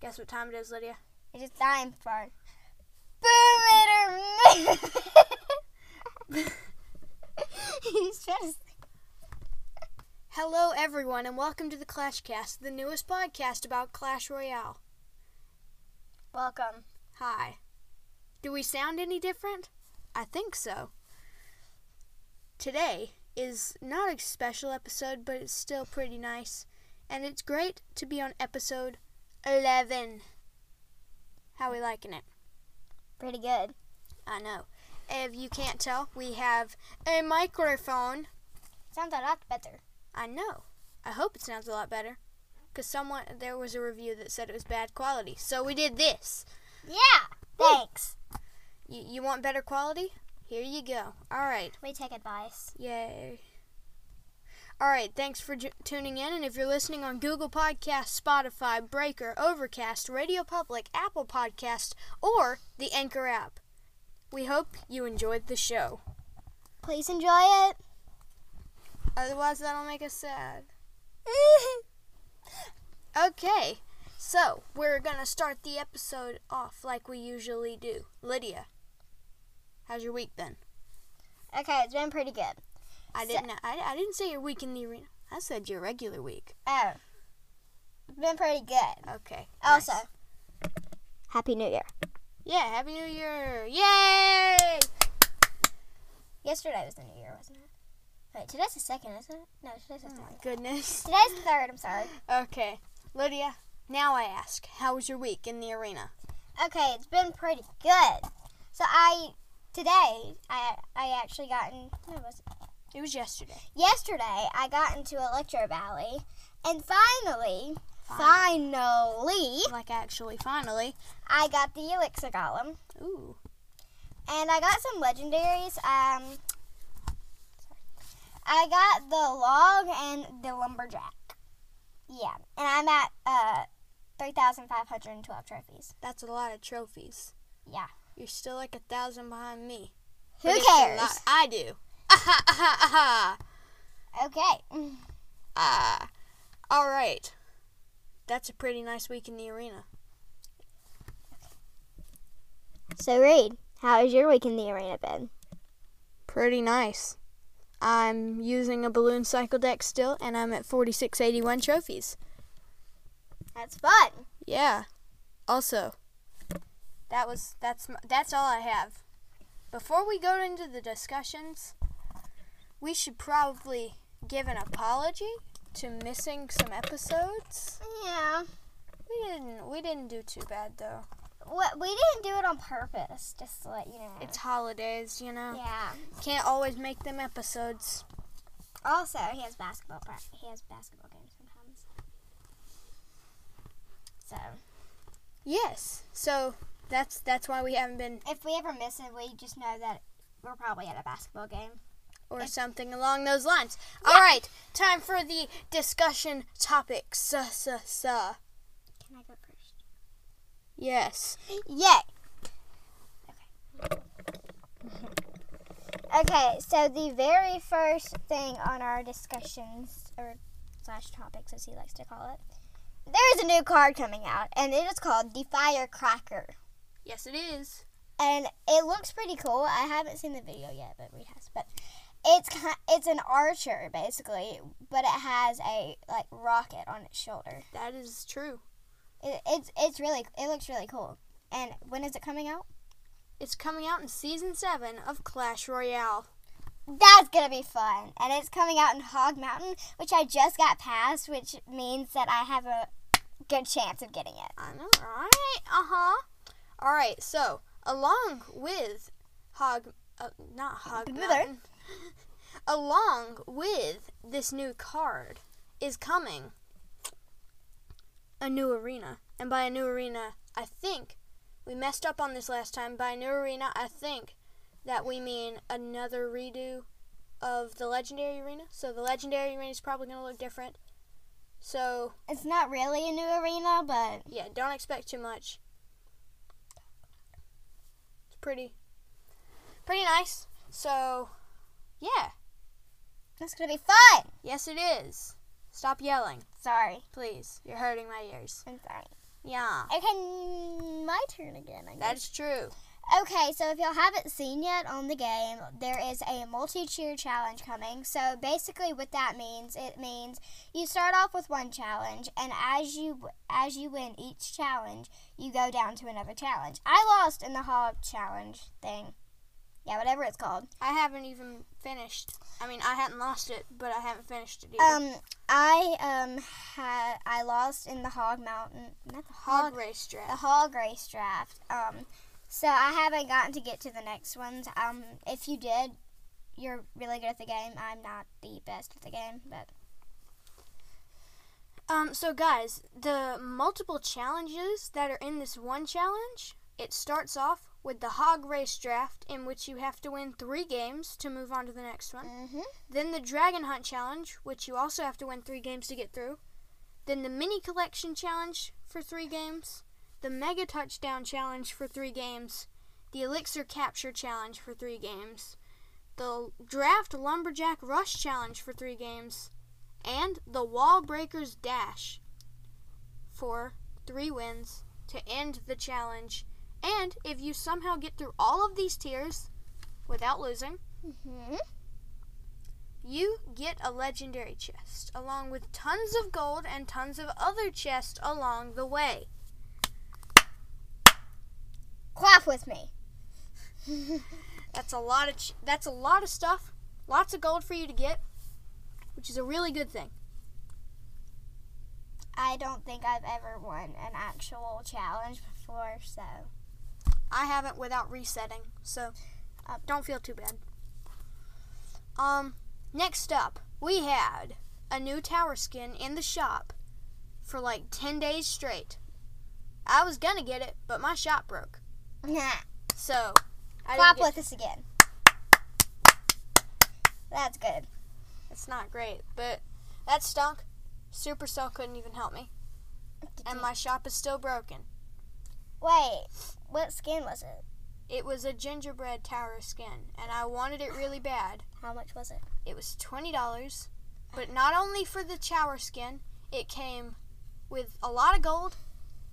Guess what time it is, Lydia? It is time for Boom It or Move It. He's trying to Hello, everyone, and welcome to the ClashCast, the newest podcast about Clash Royale. Welcome. Hi. Do we sound any different? I think so. Today is not a special episode, but it's still pretty nice, and it's great to be on episode 11. How we liking it? Pretty good. I know. If you can't tell, we have a microphone. Sounds a lot better. I know. I hope it sounds a lot better. Because someone, there was a review that said it was bad quality. So we did this. Yeah. Thanks. You, you want better quality? Here you go. All right. We take advice. Yay. All right, thanks for j- tuning in. And if you're listening on Google Podcasts, Spotify, Breaker, Overcast, Radio Public, Apple Podcast, or the Anchor app, we hope you enjoyed the show. Please enjoy it. Otherwise, that'll make us sad. Okay, so we're gonna start the episode off like we usually do. Lydia, how's your week been? okay, it's been pretty good. I didn't. I, I didn't say your week in the arena. I said your regular week. Oh. It's been pretty good. Okay. Also, nice. Happy New Year. Yeah. Happy New Year! Yay! Yesterday was the New Year, wasn't it? Wait, today's the second, isn't it? No, today's the Oh my third. goodness. Today's the third, I'm sorry. Okay, Lydia. Now I ask, how was your week in the arena? Okay, it's been pretty good. So I today I I actually gotten when was it? It was yesterday. yesterday I got into Electro Valley and finally finally Like actually, finally. I got the Elixir Golem Ooh. and I got some legendaries. Um I got the log and the lumberjack. Yeah, and I'm at uh 3,512 trophies. That's a lot of trophies. Yeah. You're still like a thousand behind me. Who But it's a cares? lot- I do. Aha, aha, aha, Okay. ah. All right. That's a pretty nice week in the arena. So, Reed, how has your week in the arena been? Pretty nice. I'm using a balloon cycle deck still, and I'm at 4681 trophies. That's fun. Yeah. Also, that was that's m- that's all I have. Before we go into the discussions, we should probably give an apology to missing some episodes. Yeah. We didn't we didn't do too bad though. What we didn't do it on purpose, just to let you know. It's holidays, you know. yeah. Can't always make them episodes. Also, he has basketball. Pra- he has basketball games sometimes. So, Yes. So that's that's why we haven't been if we ever miss it, we just know that we're probably at a basketball game. or something along those lines. All right, time for the discussion topics. Suh, suh, suh. Can I go first? Yes. Yay. Okay, so the very first thing on our discussions or slash topics, as he likes to call it, there is a new card coming out, and it is called the Firecracker, Yes, it is. and it looks pretty cool. I haven't seen the video yet, but Reed has. But it's ki- it's an archer basically, but it has a like rocket on its shoulder. That is true. It, it's it's really it looks really cool. And when is it coming out? It's coming out in season seven of Clash Royale. That's gonna be fun, and it's coming out in Hog Mountain, which I just got past, which means that I have a good chance of getting it. I know, right? Uh huh. All right. So along with Hog, uh, not Hog Blither. Mountain, along with this new card is coming a new arena, and by a new arena, I think we messed up on this last time. By a new arena, I think that we mean another redo of the legendary arena. So the legendary arena is probably going to look different. So It's not really a new arena, but yeah, don't expect too much. It's pretty, pretty nice. So, yeah, it's gonna be fun. yes, it is. Stop yelling, Sorry, please. You're hurting my ears. I'm sorry. Yeah, Okay, my turn again. I guess. that's true. Okay, so if y'all haven't seen yet on the game, there is a multi cheer challenge coming. So basically, what that means, it means you start off with one challenge, and as you as you win each challenge, you go down to another challenge. I lost in the hog challenge thing, yeah, whatever it's called. I haven't even finished. I mean, I hadn't lost it, but I haven't finished it either. Um, I um had I lost in the hog mountain, not the hog Hog race the draft. hog race draft. Um, so I haven't gotten to get to the next ones. Um, if you did, you're really good at the game. I'm not the best at the game, but Um, so guys, the multiple challenges that are in this one challenge, it starts off with the hog race draft in which you have to win three games to move on to the next one. mm-hmm. Then the Dragon Hunt Challenge, which you also have to win three games to get through. Then the Mini Collection Challenge for three games. The Mega Touchdown Challenge for three games. The Elixir Capture Challenge for three games. The Draft Lumberjack Rush Challenge for three games. And the Wall Breakers Dash for three wins to end the challenge. And if you somehow get through all of these tiers without losing, Mm-hmm. you get a legendary chest, along with tons of gold and tons of other chests along the way. clap with me. That's a lot of ch- that's a lot of stuff, lots of gold for you to get, which is a really good thing. I don't think I've ever won an actual challenge before, so I haven't without resetting, so uh, don't feel too bad. Um, next up, we had a new tower skin in the shop for like 10 days straight. I was gonna get it, but my shop broke. nah. So, I Clap didn't get with us again. That's good. It's not great, but that stunk. Supercell couldn't even help me, and my shop is still broken. Wait, what skin was it? It was a gingerbread tower skin, and I wanted it really bad. How much was it? It was $20, but not only for the tower skin, it came with a lot of gold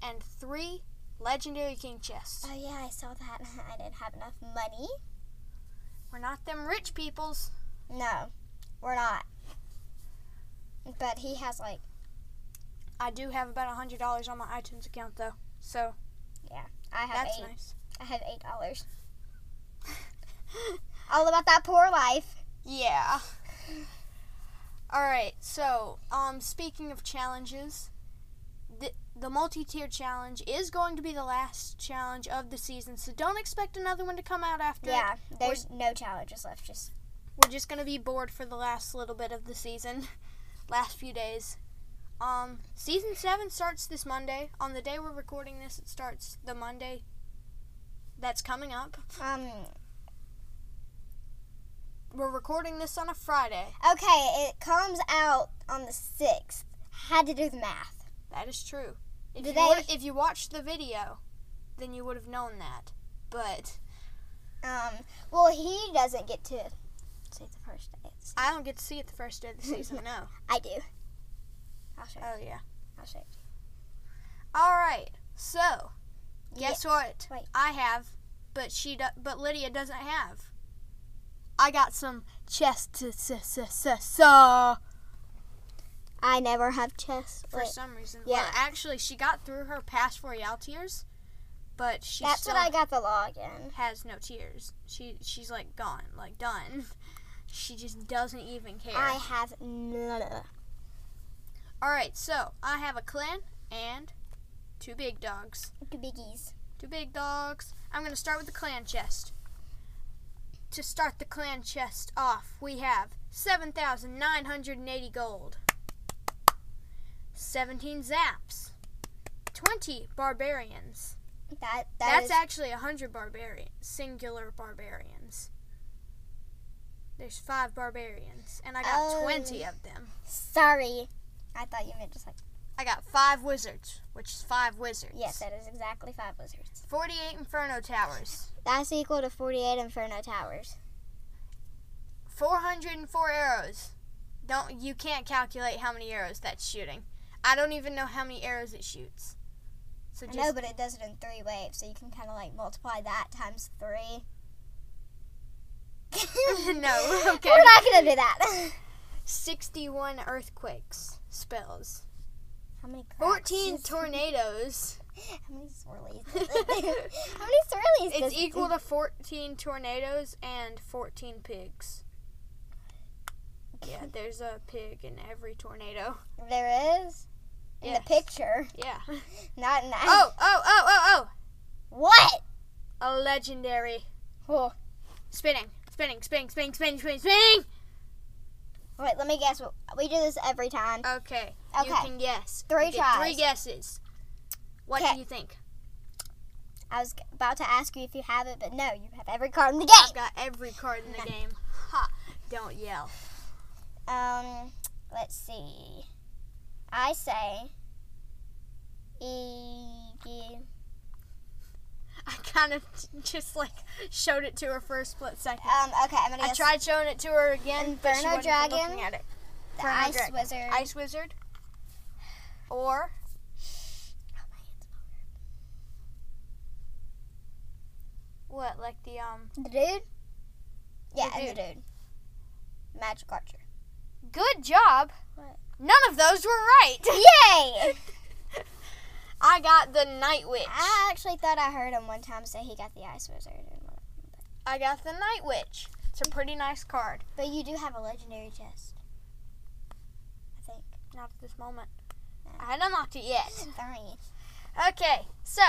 and three legendary king chests. Oh yeah, I saw that. I didn't have enough money. We're not them rich peoples. No, we're not. But he has like I do have about $100 on my iTunes account, though, so I have that's eight. nice. I have eight dollars. All about that poor life. Yeah. All right. So, um, speaking of challenges, the, the multi-tier challenge is going to be the last challenge of the season. So don't expect another one to come out after. it. Yeah, there's no challenges left. Just We're just gonna be bored for the last little bit of the season, last few days. Um, season seven starts this Monday. On the day we're recording this, it starts the Monday. That's coming up. um. We're recording this on a Friday. Okay, it comes out on the sixth. Had to do the math. That is true. If Do you, they- would, if you watched the video, then you would have known that. But Um. Well, he doesn't get to see the first day. It's- I don't get to see it the first day of the season. No. I do. I'll show. You. Oh yeah. I'll show. You. All right. So guess what? wait. I have, but she do- but Lydia doesn't have. I got some chest to s- s- s- s- uh, I never have chess. for Wait, some reason. Yeah. Well, actually, she got through her past royale tiers, but she that's still what I got the login. has no tears. She she's like gone, like done. She just doesn't even care. Mm. I have none of that. All right, so I have a clan and two big dogs. the biggies. Two big dogs. I'm gonna start with the clan chest. To start the clan chest off, we have 7,980 gold, 17 zaps, 20 barbarians. That That's that's actually 100 barbarian, singular barbarians. There's five barbarians, and I got Oh. 20 of them. sorry. I thought you meant just like I got five wizards, which is five wizards. yes. That is exactly five lizards. 48 Inferno Towers, That's equal to forty-eight Inferno towers. 404 arrows. Don't you can't calculate how many arrows that's shooting. I don't even know how many arrows it shoots. So I just know, but it does it in three waves, so you can kind of like multiply that times three. No, okay. We're not gonna do that. 61 earthquakes spells. How many? cracks 14 does- tornadoes. How many swirlies? does it- How many swirlies? does It's it- equal to 14 tornadoes and 14 pigs. Yeah, there's a pig in every tornado. There is in Yes. the picture, Yeah. not in the. Oh, oh, oh, oh, What? oh! A legendary. Oh, Spinning, spinning, spinning, spinning, spinning, spinning, spinning! wait. Let me guess. We do this every Oh. time. Okay. You Okay. can guess. Three You get Three tries. guesses. What Okay. do you think? I was g- about to ask you if you have it, but no, you have every card in the game. I've got every card in the No. game. Ha! Don't yell. Um, let's see. I say. E- G- I kind of just like showed it to her for a split second. um. Okay, I'm gonna I guess tried showing it to her again. but she Inferno wasn't Dragon? Looking at it. the Chrono Ice Dragon. Wizard. Ice Wizard. Or Oh, my hand's what? Like the um. The dude? Yeah, The and the dude. Magic Archer. Good job. What? None of those were right. Yay! I got the Night Witch. I actually thought I heard him one time say he got the Ice Wizard. And one I got the Night Witch. It's a pretty nice card. but you do have a legendary chest. I think. Not at this moment. I hadn't unlocked it yet. Three. Okay, so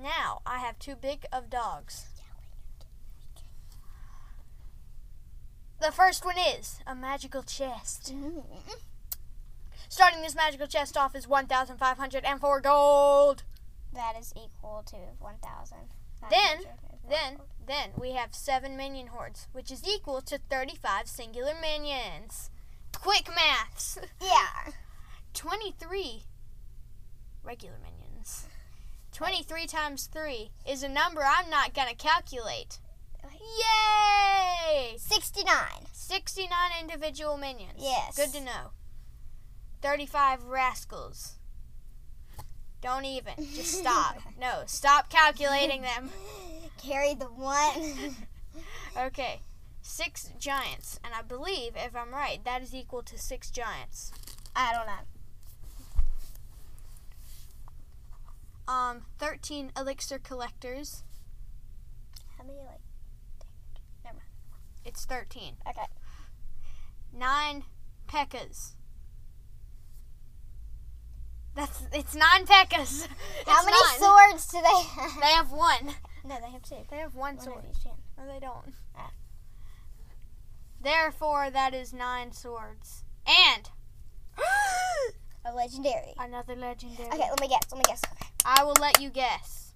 now I have too big of dogs. The first one is a magical chest. Mm. Starting this magical chest off is 1,504 gold. That is equal to 1,000. Then- Then, then we have seven minion hordes, which is equal to 35 singular minions. Quick maths. Yeah. 23 regular minions. 23 times 3 is a number I'm not going to calculate. Yay! 69. 69 individual minions. Yes. Good to know. 35 rascals. Don't even. Just stop. no, stop calculating them. Carry the one. Okay. Six giants. And I believe, if I'm right, that is equal to six giants. I don't know. Um, 13 elixir collectors. How many, like, It's 13. Okay. Nine peccas. That's it's nine peccas. how It's many nine. swords do they have? They have one. No, they have two. They have one One sword. of each hand. No, they don't. Ah. Therefore, that is nine swords. And A legendary. another legendary. Okay, let me guess. Let me guess. I will let you guess.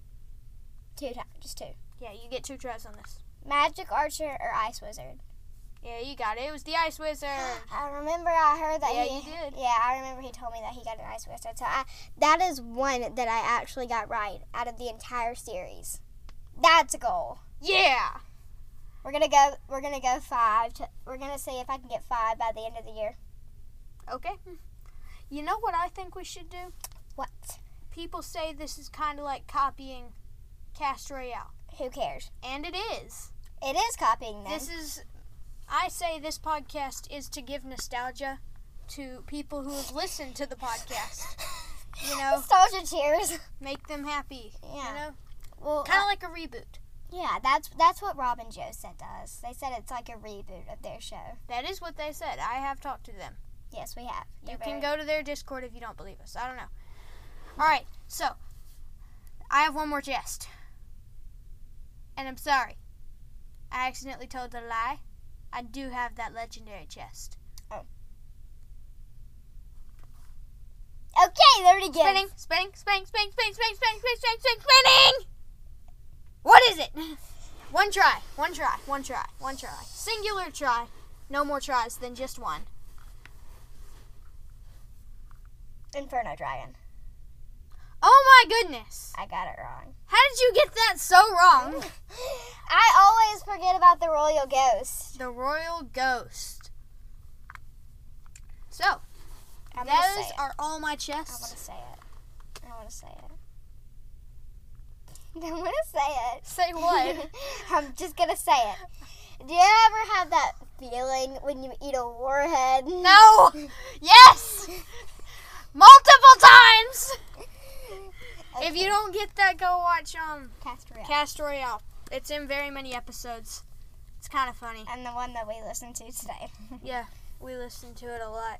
Two times, just two. Yeah, you get two tries on this. Magic Archer or Ice Wizard? Yeah, you got it. It was the Ice Wizard. I remember I heard that. Yeah, he, you did. Yeah, I remember he told me that he got an Ice Wizard. So I, that is one that I actually got right out of the entire series. That's a goal. yeah. We're gonna go. We're gonna go five. To, we're gonna see if I can get five by the end of the year. Okay. You know what I think we should do? What? People say this is kind of like copying Cast Royale, Who cares? and it is. It is copying them. This is. I say this podcast is to give nostalgia to people who have listened to the podcast. you know. Nostalgia cheers. Make them happy. Yeah. You know, Well, uh, kind of like a reboot. yeah, that's that's what Rob and Joe said does. They said it's like a reboot of their show. That is what they said. I have talked to them. Yes, we have. You They're can very- go to their Discord if you don't believe us. I don't know. All right, so I have one more jest, and I'm sorry. I accidentally told a lie. I do have that legendary chest. Okay, there it is. Spinning, spinning, spinning, spinning, spinning, spinning, spinning, spinning, spinning, spinning, spinning. What is it? One try, one try, one try, one try. Singular try. No more tries than just one. Inferno Dragon. Oh my goodness! I got it wrong. How did you get that so wrong? I always forget about the Royal Ghost. The Royal Ghost. So, I'm gonna say those it. are all my I want chests. to say it. I want to say it. I want to say it. Say what? I'm just gonna say it. Do you ever have that feeling when you eat a warhead? no! Yes! Multiple times! If you don't get that, go watch um cast real. Cast Royale. It's in very many episodes. It's kind of funny. and the one that we listened to today. Yeah, we listen to it a lot.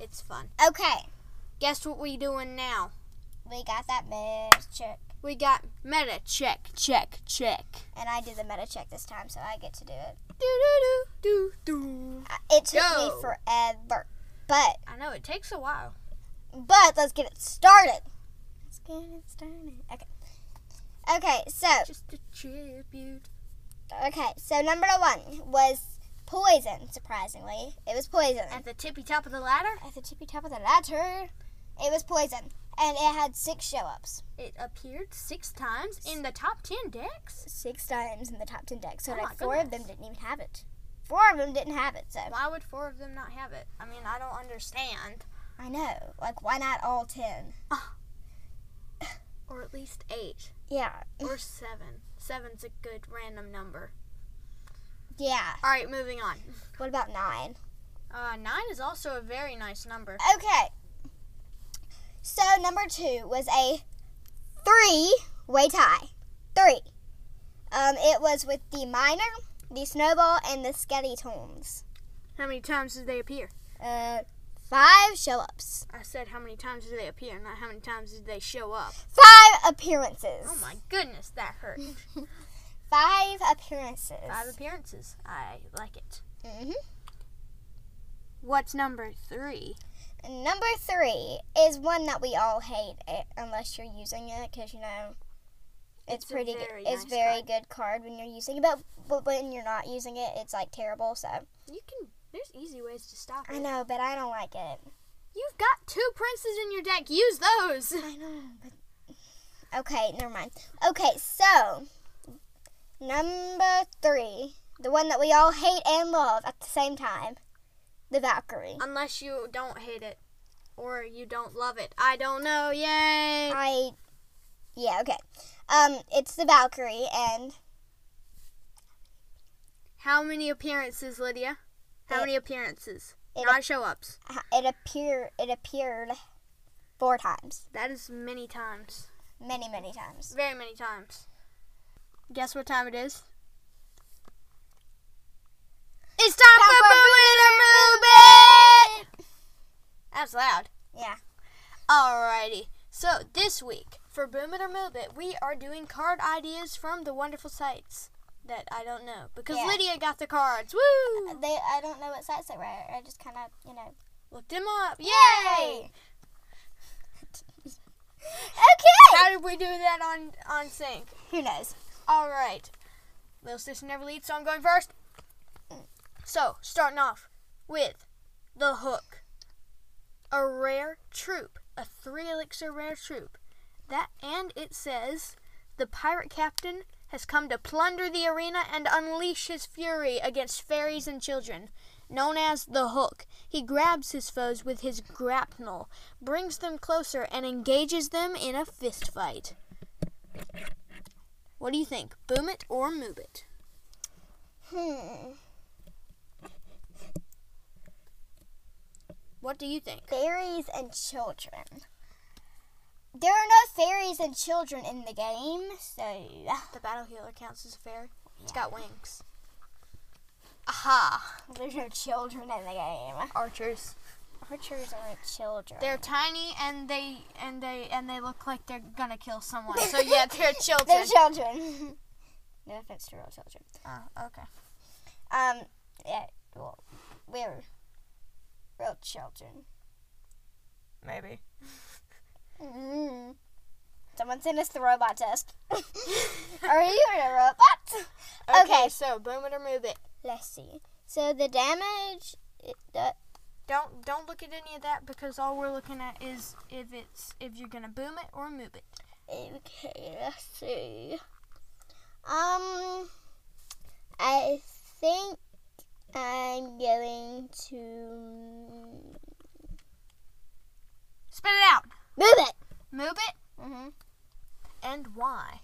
It's fun. Okay, Guess what we doing now? we got that meta check, We got meta check, check, check. and I do the meta check this time, so I get to do it. Do do do do do. I- It took Go. me forever, but I know it takes a while. but let's get it started. Let's get it started. Okay. Okay, so Just a tribute. Okay, so number one was poison, surprisingly. It was poison. At the tippy top of the ladder, At the tippy top of the ladder, it was poison. And it had six show ups. it appeared six times in the top ten decks. Six times in the top 10 deck. So, Oh my like, four of them goodness. didn't even have it. Four of them didn't have it, so. Why would four of them not have it? I mean, I don't understand. I know. Like, why not all 10? Or at least eight. Yeah. Or seven. Seven's a good random number. Yeah. All right, moving on. What about nine? Uh, nine is also a very nice number. Okay. So, number two was a three way tie. Three. Um, it was with the miner, the snowball, and the skeletons. How many times did they appear? Uh, five show ups, I said how many times did they appear, not how many times did they show up. five appearances. Oh my goodness, that hurt. Five appearances. Five appearances. I like it. Mm-hmm. What's number three? Number three is one that we all hate eh, unless you're using it because you know it's, It's a pretty. good. very it's nice very good card when you're using it, but, but when you're not using it, it's like terrible. So You can. There's easy ways to stop I know, but I don't like it. You've got two princes in your deck. Use those. I know, but okay, never mind. Okay, so number three, the one that we all hate and love at the same time, the Valkyrie. Unless you don't hate it, or you don't love it. I don't know. Yay. I, yeah, okay. Um, it's the Valkyrie, and How many appearances, Lydia? How It- many appearances? it- Not show ups. it appear it appeared four times, That is many times. many many times. Very many times. Guess what time it is? It's time, Time for for Boo Little Movement! That's loud. Yeah, Alrighty. So this week for Boom It or Move It, we are doing card ideas from the wonderful sites that I don't know because Yeah. Lydia got the cards. Woo! they. I don't know what sites they were. I just kind of you know. Looked them up. Yay! okay. How did we do that on on sync? Who knows? All right. Little sister never leads, so I'm going first. So, starting off with the hook. A rare troop, a three elixir rare troop. That and it says the pirate captain has come to plunder the arena and unleash his fury against fairies and children. Known as the hook, he grabs his foes with his grapnel, brings them closer, and engages them in a fist fight. What do you think? Boom it or move it? Hmm. What do you think? fairies and children. There are no fairies and children in the game, so The battle healer counts as a fairy. It's got wings. Aha! there's no children in the game. Archers. Archers aren't children. They're tiny and they and they and they look like they're gonna kill someone. So yeah, they're children. They're children. no offense to real children. oh, okay. Um, yeah, well, we're real children. Maybe. Mm. Someone sent us the robot test. are you a robot? Okay, Okay. so boom it or move it. Let's see. So the damage. It, uh, Don't don't look at any of that because all we're looking at is if it's if you're gonna boom it or move it. Okay, let's see. Um, I think I'm going to move Spit it out. it. Move it Mm-hmm. and why?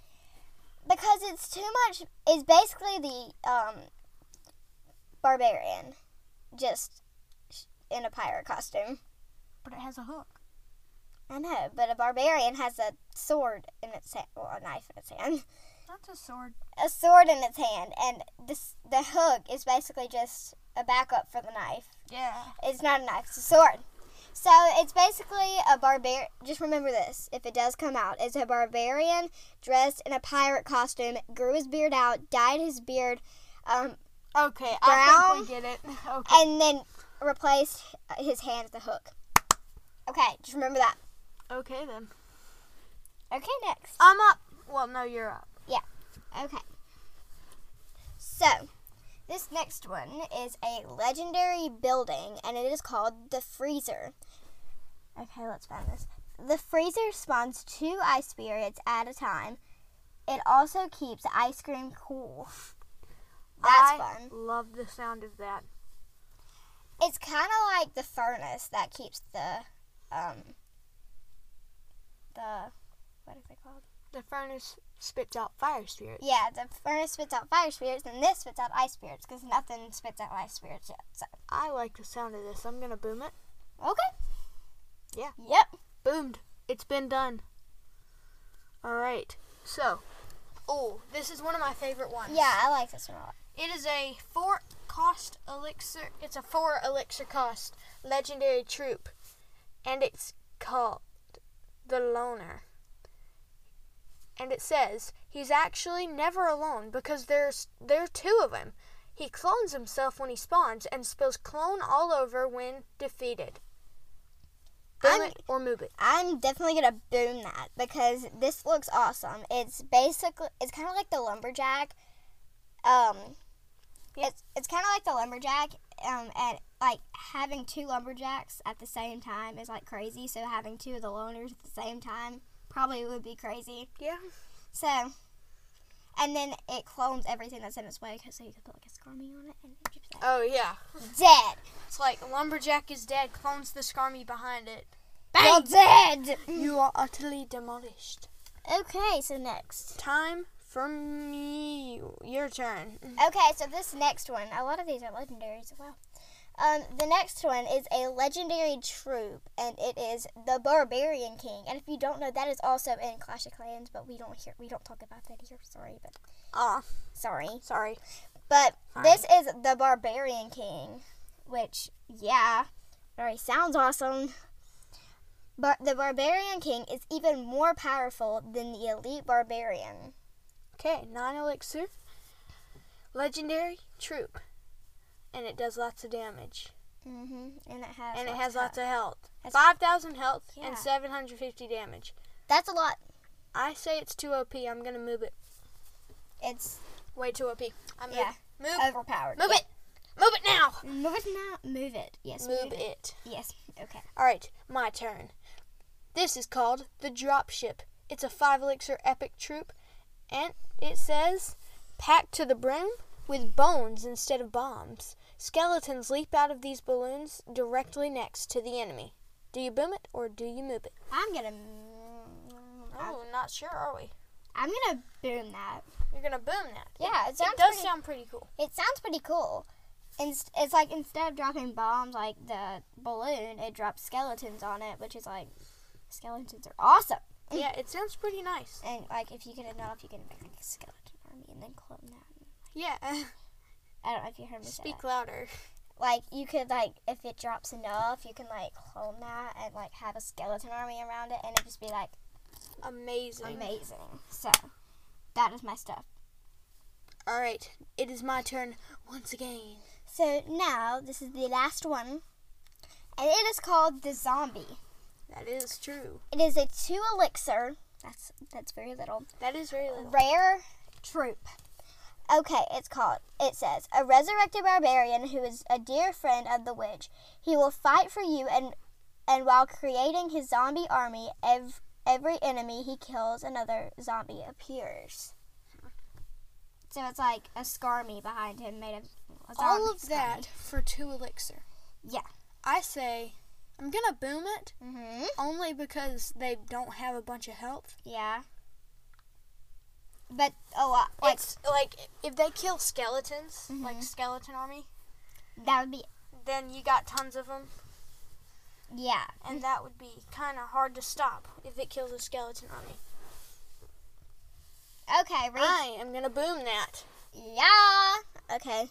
because it's too much. It's basically the um, barbarian, just sh- in a pirate costume. But it has a hook. I know, but a barbarian has a sword in its hand, well, a knife in its hand, That's a sword. a sword in its hand, and this the hook is basically just a backup for the knife. Yeah. It's not a knife, it's a sword. So it's basically a barbarian. Just remember this if it does come out. It's a barbarian dressed in a pirate costume, grew his beard out, dyed his beard, um, Okay, I think we get it. Okay. and then replaced his hand with a hook. Okay, just remember that. Okay then. Okay, next. I'm up. Well, no, you're up. Okay. So, this next one is a legendary building, and it is called the Freezer. Okay, let's find this. The Freezer spawns two ice spirits at a time. It also keeps ice cream cool. That's I fun. Love the sound of that. It's kind of like the furnace that keeps the, um, the, what is it called? The furnace spits out fire spirits. Yeah, the furnace spits out fire spirits, and this spits out ice spirits because nothing spits out ice spirits yet. So. I like the sound of this. I'm gonna boom it. Okay. Yeah. Yep. Boomed. It's been done. All right. So, oh, this is one of my favorite ones. Yeah, I like this one a lot. It is a four cost elixir. It's a four elixir cost legendary troop, and it's called the Loner. And it says he's actually never alone because there's there are two of him. He clones himself when he spawns and spills clone all over when defeated. Boom I'm- it or move it. I'm definitely gonna boom that because this looks awesome. It's basically it's kind of like the lumberjack. Um, Yeah. it's it's kind of like the lumberjack. Um, and like having two lumberjacks at the same time is like crazy. So having two of the loners at the same time probably would be crazy. Yeah. So, and then it clones everything that's in its way because so you could put like a skarmy on it and it keeps that Oh yeah. dead. It's like lumberjack is dead. Clones the Skarmy behind it. You're dead. You are utterly demolished. Okay, so next. time for me. Your turn. Okay, so this next one, a lot of these are legendaries as well. Um, the next one is a legendary troop, and it is the Barbarian King. And if you don't know, that is also in Clash of Clans, but we don't hear, we don't talk about that here. Sorry, but Ah, sorry. sorry. But Fine. this is the Barbarian King, which yeah, already sounds awesome. But the Barbarian King is even more powerful than the elite barbarian. Okay, non elixir. Legendary troop. And it does lots of damage. hmm And it has and it has lots of health. That's- 5,000 health Yeah. and 750 damage. That's a lot. I say it's too OP. I'm going to move it. It's Way too OP. I'm Yeah. Move, overpowered. move Yeah. it. Move it now. Move it now. Move it. Yes. Move it. Yes. Okay. All right, my turn. This is called the Dropship. It's a five elixir epic troop, and it says, packed to the brim with bones instead of bombs. Skeletons leap out of these balloons directly next to the enemy. Do you boom it or do you move it? I'm gonna. mm, I'm- not sure, are we? I'm gonna boom that. You're gonna boom that. Yeah, it it, sounds does pretty- sound pretty cool. It sounds pretty cool. It's, it's like instead of dropping bombs like the balloon, it drops skeletons on it, which is like skeletons are awesome. yeah, it sounds pretty nice. And like if you could know if you can make like a skeleton army and then clone that. Yeah, I don't know if you heard me say speak that. louder. Like you could like if it drops enough, you can like clone that and like have a skeleton army around it, and it'd just be like Amazing. amazing. So that is my stuff. All right, it is my turn once again. So now this is the last one, and it is called the zombie. That is true. It is a two elixir. That's that's very little. That is very little. Rare troop. Okay, it's called. It says a resurrected barbarian who is a dear friend of the witch. He will fight for you and and while creating his zombie army, ev- every enemy he kills another zombie appears. So it's like a scarmy behind him made of a zombie all of skarmy. that for two elixir. Yeah. I say I'm gonna boom it Mhm. only because they don't have a bunch of health. Yeah. but a lot like it's like Mm-hmm. if they kill skeletons, like Mhm. skeleton army, that would be then you got tons of them, yeah. and that would be kind of hard to stop if it kills a skeleton army. Okay, read. I am gonna boom that, yeah. Okay.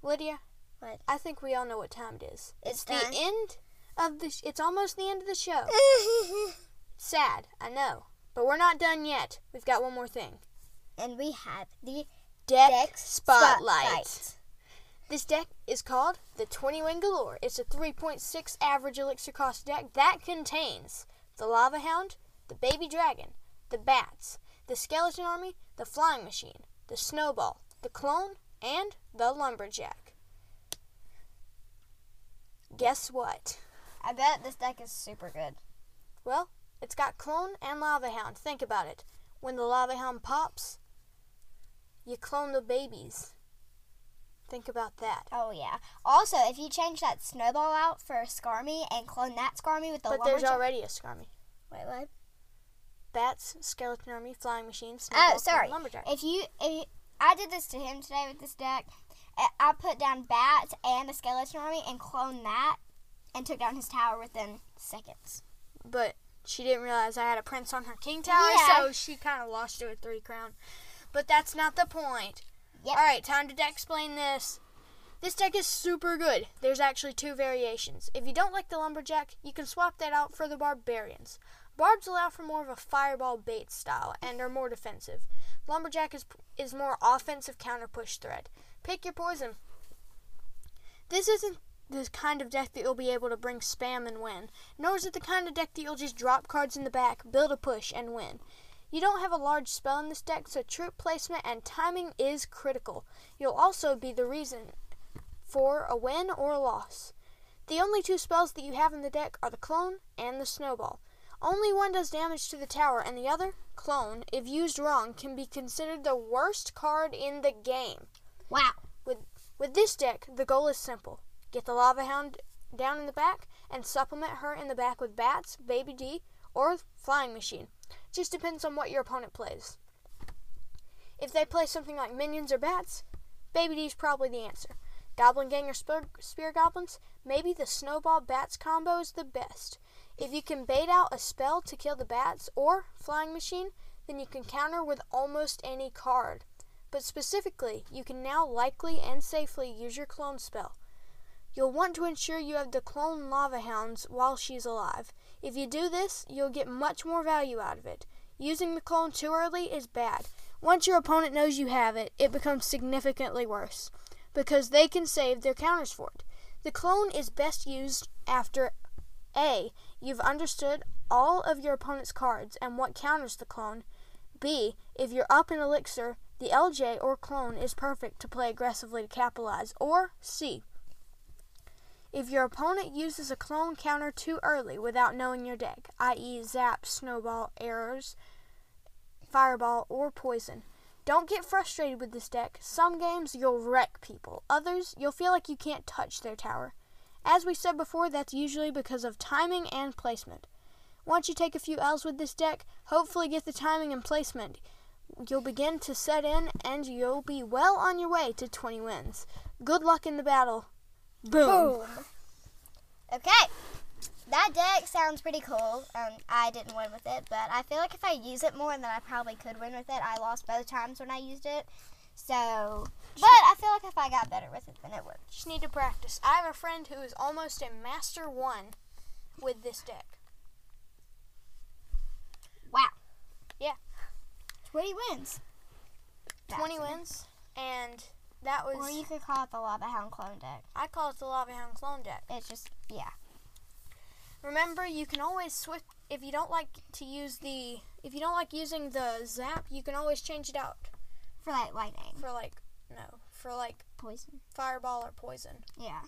Lydia. What? I think we all know what time it is. It's the done. end of the. Sh- it's almost the end of the show. Sad, I know, but we're not done yet. We've got one more thing. and we have the Deck, Deck spotlight. Spotlight. This deck is called the 20 Wing Galore. It's a 3.6 average elixir cost deck that contains the Lava Hound, the Baby Dragon, the Bats, the Skeleton Army, the Flying Machine, the Snowball, the Clone, and the Lumberjack. Guess what? I bet this deck is super good. Well, it's got clone and lava hound. Think about it. When the lava hound pops, you clone the babies. Think about that. Oh yeah. Also, if you change that snowball out for Skarmy and clone that Skarmy with the but there's lumberjack- already a Skarmy. wait what? Bats, skeleton army, flying machines. Oh, sorry. If you, if you, I did this to him today with this deck. I- I put down bats and a skeleton army and cloned that, and took down his tower within seconds. But she didn't realize I had a prince on her king tower, Yeah. so she kind of lost to a three crown. But that's not the point. Yep. All right, time to de- explain this. This deck is super good. There's actually two variations. If you don't like the lumberjack, you can swap that out for the barbarians. Barbs allow for more of a fireball bait style and are more defensive. Lumberjack is is more offensive counter push threat. Pick your poison. This isn't the kind of deck that you'll be able to bring spam and win. Nor is it the kind of deck that you'll just drop cards in the back, build a push, and win. You don't have a large spell in this deck, so troop placement and timing is critical. You'll also be the reason for a win or a loss. The only two spells that you have in the deck are the clone and the snowball. Only one does damage to the tower, and the other, clone, if used wrong, can be considered the worst card in the game. Wow. With this deck, the goal is simple get the Lava Hound down in the back and supplement her in the back with Bats, Baby D, or Flying Machine. Just depends on what your opponent plays. If they play something like Minions or Bats, Baby D is probably the answer. Goblin Gang or Spear, spear Goblins, maybe the Snowball Bats combo is the best. If you can bait out a spell to kill the bats or Flying Machine, then you can counter with almost any card but specifically, you can now likely and safely use your clone spell. You'll want to ensure you have the clone lava hounds while she's alive. If you do this, you'll get much more value out of it. Using the clone too early is bad. Once your opponent knows you have it, it becomes significantly worse because they can save their counters for it. The clone is best used after A. You've understood all of your opponent's cards and what counters the clone. B. If you're up in Elixir, the LJ or clone is perfect to play aggressively to capitalize. Or C. If your opponent uses a clone counter too early without knowing your deck, i.e., zap, snowball, arrows, fireball, or poison, don't get frustrated with this deck. Some games you'll wreck people, others you'll feel like you can't touch their tower. As we said before, that's usually because of timing and placement. Once you take a few L's with this deck, hopefully get the timing and placement. You'll begin to set in and you'll be well on your way to 20 wins. Good luck in the battle. Boom. Okay. That deck sounds pretty cool. Um, I didn't win with it, but I feel like if I use it more, then I probably could win with it. I lost both times when I used it, so. But I feel like if I got better with it, then it would. Just need to practice. I have a friend who is almost a master one with this deck. Wow. Yeah. Twenty wins. 20 That's- wins, and that was. Or you could call it the Lava Hound clone deck. I call it the Lava Hound clone deck. It's just yeah. Remember, you can always switch if you don't like to use the if you don't like using the zap. You can always change it out For like lightning. for like no for like Poison. fireball or poison. Yeah.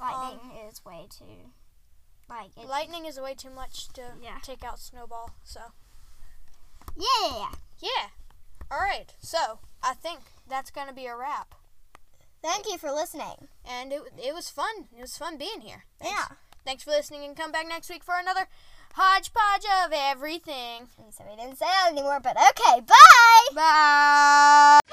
Lightning is way too like it, Lightning is way too much to Yeah. take out snowball. So Yeah. yeah, all right. So I think that's gonna be a wrap. Thank you for listening. And it it was fun. It was fun being here. Thanks. Yeah. Thanks for listening, and come back next week for another hodgepodge hodgepodge of everything. And so we didn't say that anymore, but okay, bye! Bye.